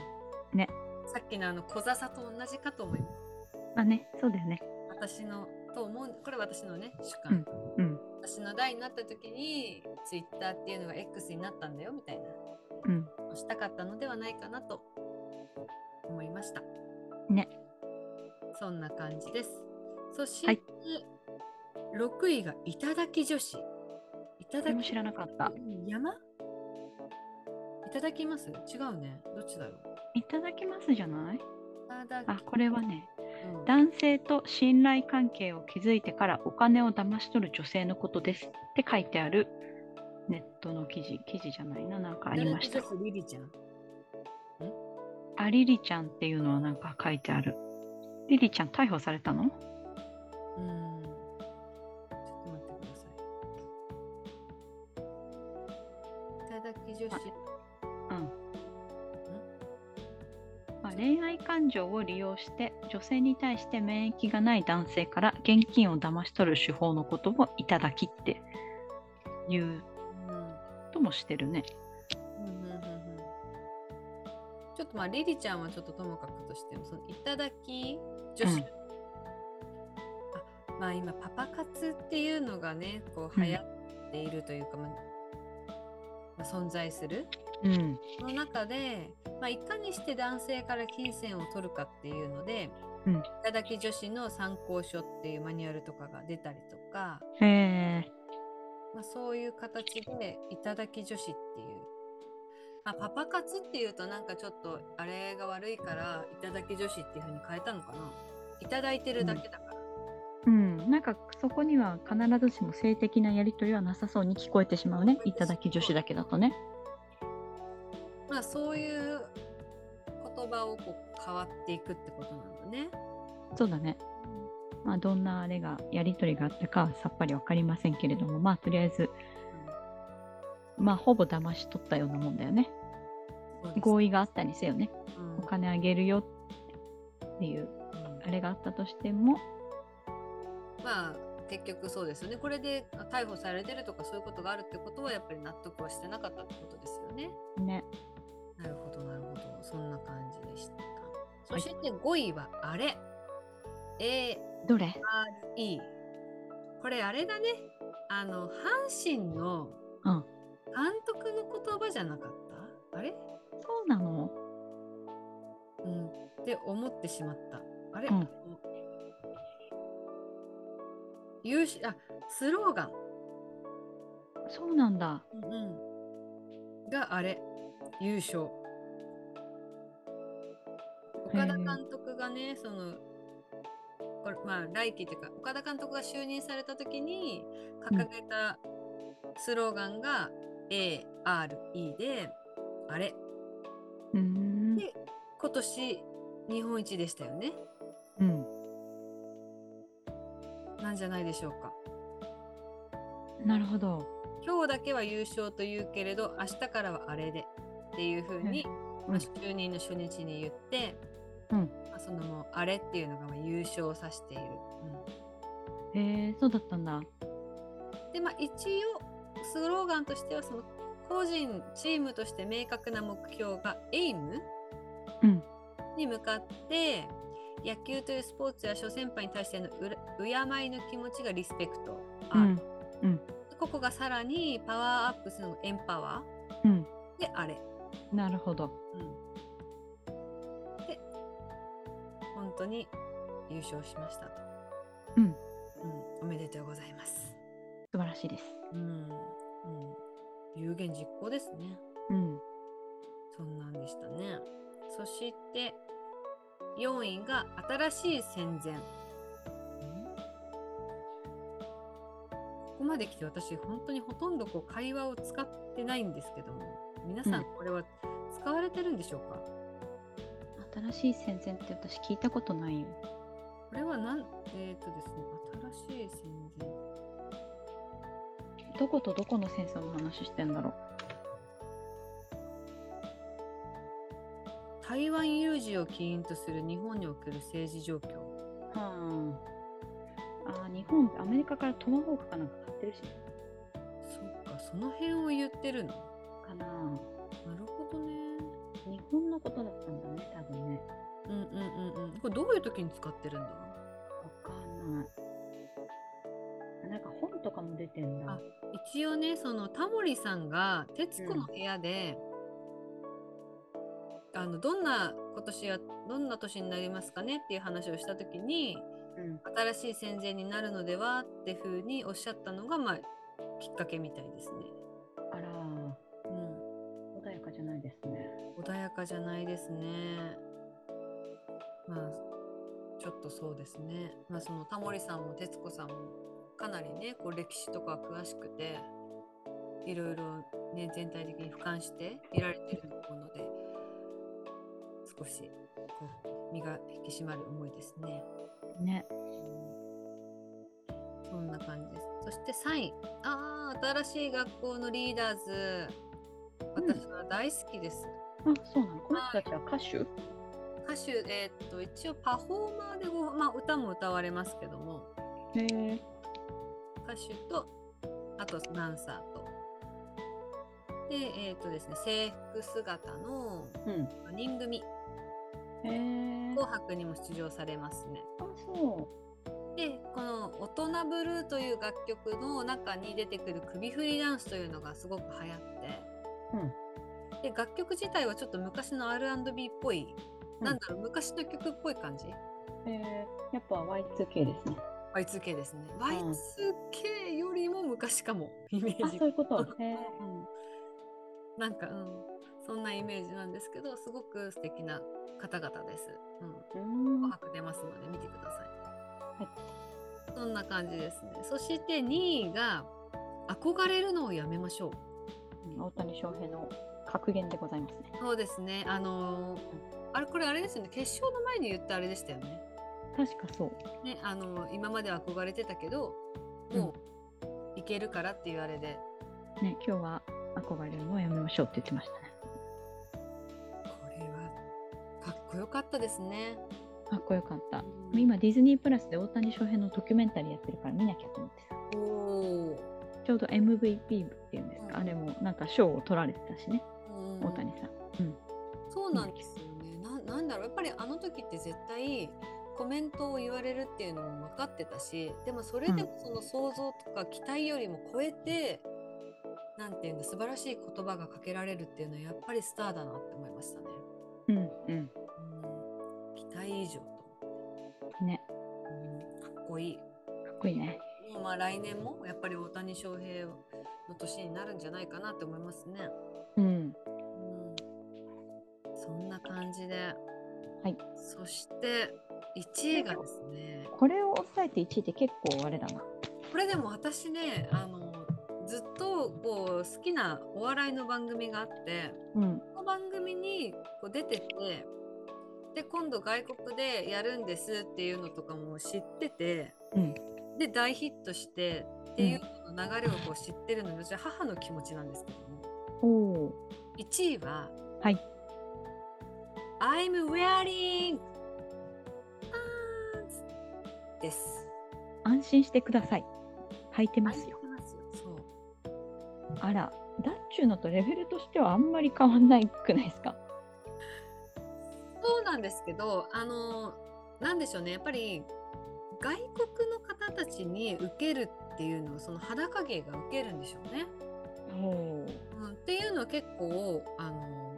ね。
さっきのあの小笹と同じかと思います。
まあねそうだよね
私のと思うこれ私のね主観、
うん
私の代になった時にツイッターっていうのが X になったんだよみたいな
うん
したかったのではないかなと思いました
ね
そんな感じですそして、
はい
6位が頂き女子頂
それも
き
知らなかった
山いただきます違うねどっちだろう
いただきますじゃない
いただき
あこれはね
うん
男性と信頼関係を築いてからお金を騙し取る女性のことですって書いてあるネットの記事記事じゃないななんかありました
いだき女子リリちゃん
あリリちゃんっていうのはなんか書いてあるリリちゃん逮捕されたの
うーんちょっと待ってください。いただき女子。
うんまあ、恋愛感情を利用して女性に対して免疫がない男性から現金を騙し取る手法のことをいただきっていうともしてるね
うんうんうんうんうんちょっとまあリリちゃんはちょっとともかくとしてもそのいただき女子、
うん
あまあ今パパ活っていうのがねこう
うん
流行っているというか、まあまあ存在する
うん
その中で、まあ、いかにして男性から金銭を取るかっていうので、
うん
いただき女子の参考書っていうマニュアルとかが出たりとか、
へえ
まあ、そういう形でいただき女子っていう、まあ、パパ活っていうとなんかちょっとあれが悪いからいただき女子っていうふうに変えたのかないただいてるだけだから、
うん、なんかそこには必ずしも性的なやり取りはなさそうに聞こえてしまうねいただき女子だけだとね
まあそういう言葉をこう変わっていくってことなんだね。
そうだね、まあ、どんなあれがやり取りがあったかはさっぱり分かりませんけれどもまあとりあえずまあほぼ騙し取ったようなもんだよね
そうです
合意があったにせよね
うん
お金あげるよっていう
うん
あれがあったとしても
まあ結局そうですよねこれであ逮捕されてるとかそういうことがあるってことはやっぱり納得はしてなかったってことですよね。
ね
なるほどなるほどそんな感じでした。そ
はい
して5位はあれ、
どれ
ARE これあれだねあの阪神の
うん
監督の言葉じゃなかった、あれ
そうなの
うんって思ってしまった。あれ、
うん
優秀あスローガン
そうなんだ
うん、があれ優勝
へー
岡田監督がねそのこれまあ来季というか岡田監督が就任された時に掲げたスローガンが ARE で、あれ
うーん
で今年日本一でしたよね。
うん、
なんじゃないでしょうか。
なるほど。
今日だけは優勝と言うけれど明日からはあれでっていう風に、
うん
まあ就任の初日に言って、
うん
まあ、そのもうあれっていうのがまあ優勝を指している。
へえ、そうだったんだ。
うんでまあ一応スローガンとしてはその個人チームとして明確な目標がエイム
うん。
に向かって野球というスポーツや諸先輩に対してのうら敬いの気持ちがリスペクト。
う
あ
ん。
ここがさらにパワーアップするのエンパワ
うん。
ーであれ。
なるほど。
うんで本当に優勝しましたと、
うん
うんおめでとうございます、
素晴らしいです。
うんうん、有言実行ですね
うん。
そんなんでしたねそして4位が新しい戦前ここまで来て私本当にほとんどこう会話を使ってないんですけども皆さ
うん
これは使われてるんでしょうか、
新しい戦前って私聞いたことないよ。
これはなんえっ、とですね新しい戦前
どことどこの戦争の話してんだろ
台湾有事を起因とする日本における政治状況
う。はあ。あー日本、アメリカからトマホークかなんか買ってるし。
そっかその辺を言ってるのな
かなあ。
るほどね
日本のことだったんだね、多分ね。
うんうんうんうんこれどういう時に使ってるん
わ
だ
かんない。なんか本とかも出てんだ。
あ一応ねそのタモリさんが『徹子の部屋で』あのどんな今年はどんな年になりますかねっていう話をした時に
うん。
新しい戦前になるのではって風におっしゃったのがまあきっかけみたいですね。
あら
うん
ー、穏やかじゃないですね。
穏やかじゃないですね。まあちょっとそうですね。まあそのタモリさんも徹子さんもかなりねこう歴史とか詳しくていろいろね全体的に俯瞰して見られてると思うので少しこう身が引き締まる思いですね。
ね。
そんな感じです。そして3位。ああ、新しい学校のリーダーズ。
うん
私は大好きです。
あ、そうなの。この人たちは歌手
歌手、えーっと一応パフォーマーでご、まあ、歌も歌われますけども
へえ。
歌手とあとダンサーとでえーっとですね制服姿の
うん。
4人組
へ
「
え。
紅白」にも出場されますね
あ、そ
でこの「大人ブルー」という楽曲の中に出てくる首振りダンスというのがすごく流行って、で楽曲自体はちょっと昔の R&B っぽい、
うん
なんだろう昔の曲っぽい感じ
う。へえ。やっぱ Y2K ですね。
Y2K ですね。Y2K よりも昔かも、 [LAUGHS] イメー
あ、
ジ
そういうこと。へえ。
うんなんか、うん、そんなイメージなんですけど、すごく素敵な方々です。うん、
うーん。
紅
は
白出ますので見てください。そんな感じですね。そして2位が、憧れるのをやめましょう。
い大谷翔平の格言でございますね。
そうですね。あのーあれ、これあれですよね。決勝の前に言ったあれでしたよね。
確かそう。
ね、あの今までは憧れてたけどもういけるからって言われで、
ね、今日は憧れるのをやめましょうって言ってましたね。
これはかっこよかったですね。
かっこよかった。
うん
今ディズニープラスで大谷翔平のドキュメンタリーやってるから見なきゃと思ってさ
おお、
ちょうど MVP っていうんですか、
うん
あれもなんか賞を取られてたしね、
うん
大谷さん。
そうなんですよねな。なんだろうやっぱりあの時って絶対コメントを言われるっていうのも分かってたしでもそれでもその想像とか期待よりも超えて、なんていうんだ素晴らしい言葉がかけられるっていうのはやっぱりスターだなって思いましたね。
うんうん。
うん、期待以上と、
ね、
うん、かっこいい。
かっこいいね。
もうまあ来年もやっぱり大谷翔平の年になるんじゃないかなって思いますね。
うん。
うん、そんな感じで、
い
そして1位がですね
これを抑えて1位って結構あれだな。
これでも私ねあのずっとこう好きなお笑いの番組があって
うん。
この番組にこう出ててで今度外国でやるんですっていうのとかも知ってて、
うん
で大ヒットしてっていうのの流れをこう知ってるので、私は母の気持ちなんですけども
おお
1位は「
はい
I'm wearing pants」です。
安心してください履いてますよ
ありますよそう
あらだっちゅうのとレベルとしてはあんまり変わんないくないですか
そうなんですけど、あの、なんでしょうね、やっぱり外国の方たちに受けるっていうのは、その裸芸が受けるんでしょうね。
お
うん、っていうのは結構、あの、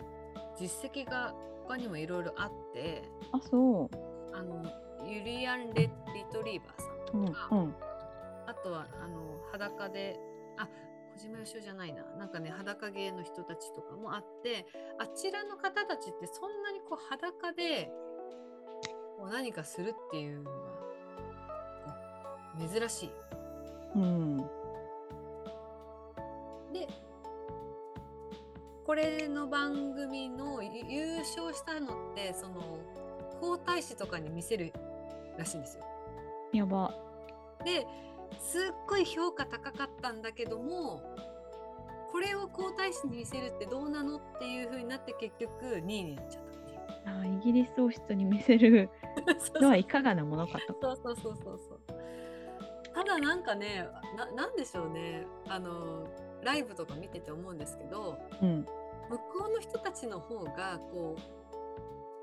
実績が他にもいろいろあって、
あそう
あの、ユリアンレ・リトリーバーさんと
うん
か、
うん
あとは、あの、裸で、あ、小島よしおじゃないな、なんかね、裸芸の人たちとかもあって、あちらの方たちってそんなにこう裸でこう何かするっていうのがこう珍しい。
うん
で、これの番組のゆ優勝したのって、その皇太子とかに見せるらしいんですよ。
やば
ですっごい評価高かったんだけどもこれを皇太子に見せるってどうなのっていう風になって結局2位になっちゃったっていう
あーイギリス王室に見せる
そうそう
のはいかがなものかと
[LAUGHS] そうそうそうそうそう。ただなんかね、ななんでしょうね。あのライブとか見てて思うんですけど、
うん
向こうの人たちの方がこ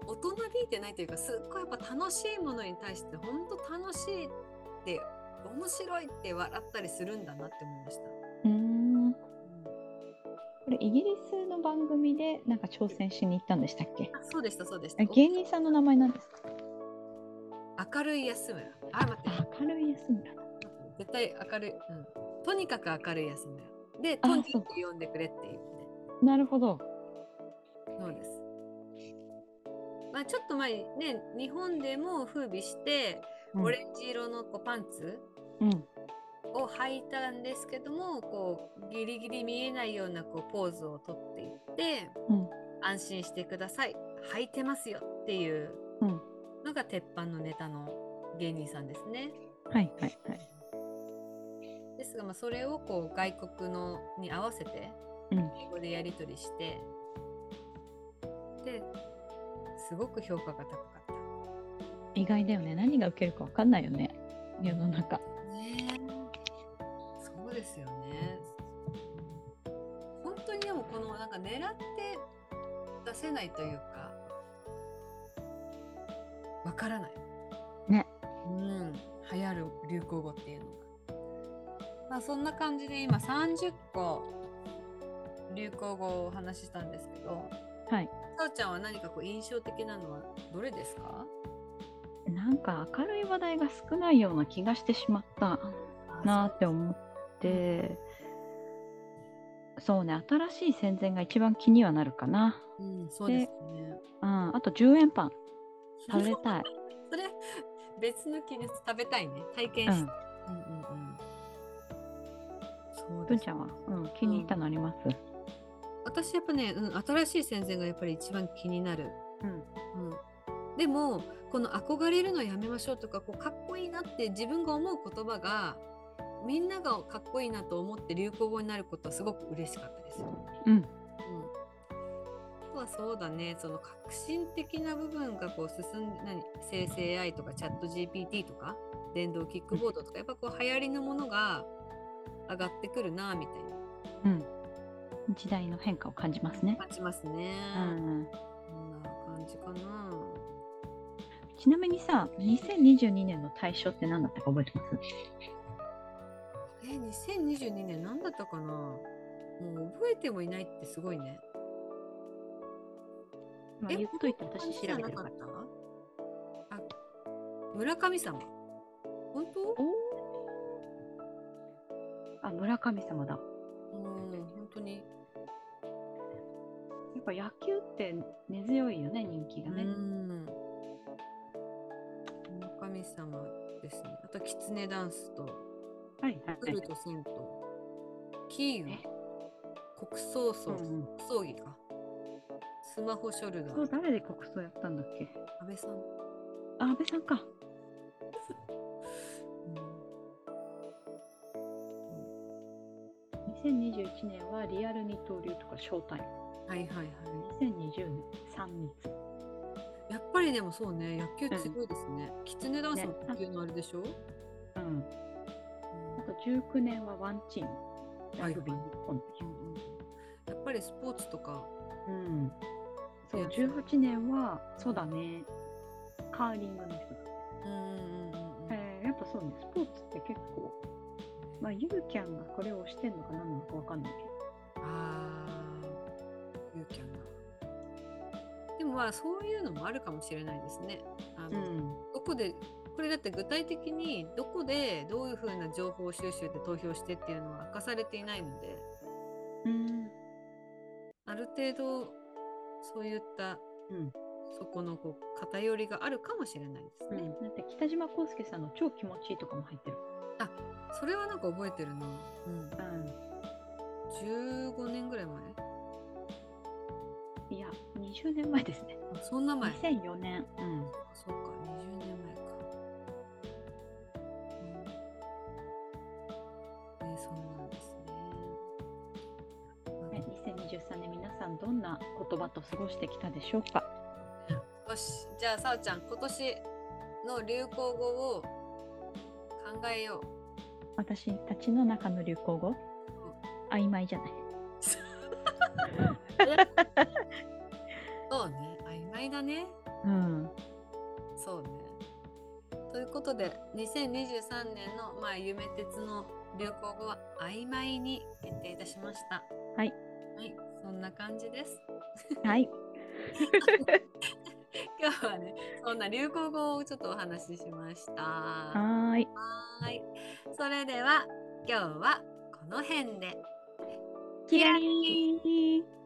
う大人びいてないというか、すっごいやっぱ楽しいものに対して本当楽しいって面白いって笑ったりするんだなって思いました。
うーんこれイギリスの番組でなんか挑戦しに行ったんでしたっけ
あそうでしたそうでした。
あ芸人さんの名前なんですか
明るい安村。あ待って待っ
明るい安村
て絶対明るい、うん。とにかく明るい安村。で、
あ
トンチ
そう
って呼んでくれっていうね。
なるほど
そうです。まあ、ちょっと前にね日本でも風靡して、
うん
オレンジ色のこうパンツ
うん
を履いたんですけどもこうギリギリ見えないようなこうポーズをとっていって、
うん
安心してください履いてますよっていう
うん
のが鉄板のネタの芸人さんですね。
はいはいはい
ですが、まあ、それをこう外国のに合わせて
うん
英語でやり取りして、ですごく評価が高かった。
意外だよね何が受けるか分かんないよね世の中
ねそうですよね本当にでもこのなんか狙って出せないというかわからない
ね
うん流行る流行語っていうのがまあそんな感じで今30個流行語をお話ししたんですけど
はい
さおちゃんは何かこう印象的なのはどれですか
なんか明るい話題が少ないような気がしてしまったなーって思ってそうね新しい戦前が一番気にはなるかな
うんそうですね
うんあと10円パン食べたい
それ別の記念食べたいね体
う
験し
ん
て、うん、うんうんそう
文
です
ちゃんは、うん、気に入ったのあります、
私やっぱね、うん、新しい戦前がやっぱり一番気になる、
うん
うん、でもこの憧れるのやめましょうとかこうかっこいいなって自分が思う言葉がみんながかっこいいなと思って流行語になることはすごく嬉しかったです。
うん
うんあとはそうだねその革新的な部分がこう進んで何生成 AI とかチャット GPT とか電動キックボードとかやっぱこう流行りのものが上がってくるなみたい
うん、時代の変化を感じますね
な、感じますね。
うん、
こんな感じかな。
ちなみにさ2022年の対象って何だったか覚えてます
え2022年何だったかなもう覚えてもいないってすごいね。
まあ
え
言っといて私調べて
こ
るか
んな感
ら
じじゃなかったあ村神様。本当
あ村神様だ
うん本当に。
やっぱ野球って根強いよね人気がね、
うん。神様ですね。あと、キツネダンスと、
はいはい
プルとセンと、キー
え
ウ、国葬葬、
うんうん
国葬儀か。スマホショルダ
そう
ー。
誰で国葬やったんだっけ
あ安倍さん、うん
あ安倍さんか2021年はリアル二刀流とかショータイム
はいはいはい
2020年3密
やっぱりでもそうね野球強いですね、きつねダンスも野球のあれでしょ、
うんあと19年はワンチームラグビー日本代
うんうんうんやっぱりスポーツとか
表うんそう
ね
18年はそうだねカーリングの人だ
うんうんうんうんうん
えーやっぱそうね、スポーツって結構、まあ、ゆうキャンがこれをしてんのか何なのかわかんないけ
あーユーキャンだでもまあそういうのもあるかもしれないですねあ
ど、
の、どこでこれだって具体的にどこでどういうふうな情報収集で投票してっていうのは明かされていないので
うん、
ある程度そういった、
うん
そこのこう偏りがあるかもしれないです
う
ね、
ん、だって北島康介さんの「超気持ちいい」とかも入ってる、
それはなんか覚えてるな、うん、
う
15年ぐらい前
ん、いや20年前ですね
あそんな前
2004年、うん、
そうか、20年前か。うん。ね、そうなんですね。
ね2023年皆さんどんな言葉と過ごしてきたでしょうか
よし、じゃあ、さおちゃん、今年の流行語を考えよう。
私たちの中の流行語曖昧じゃない
そうね、曖昧だね。
うん
そうね。ということで、2023年の、まあ、夢鉄の流行語は曖昧に決定いたしました。
はい。
はい、そんな感じです。 [LAUGHS]
はい
今日はねそんな流行語をちょっとお話ししましたは
はーい
ーいそれでは今日はこの辺で
キラリー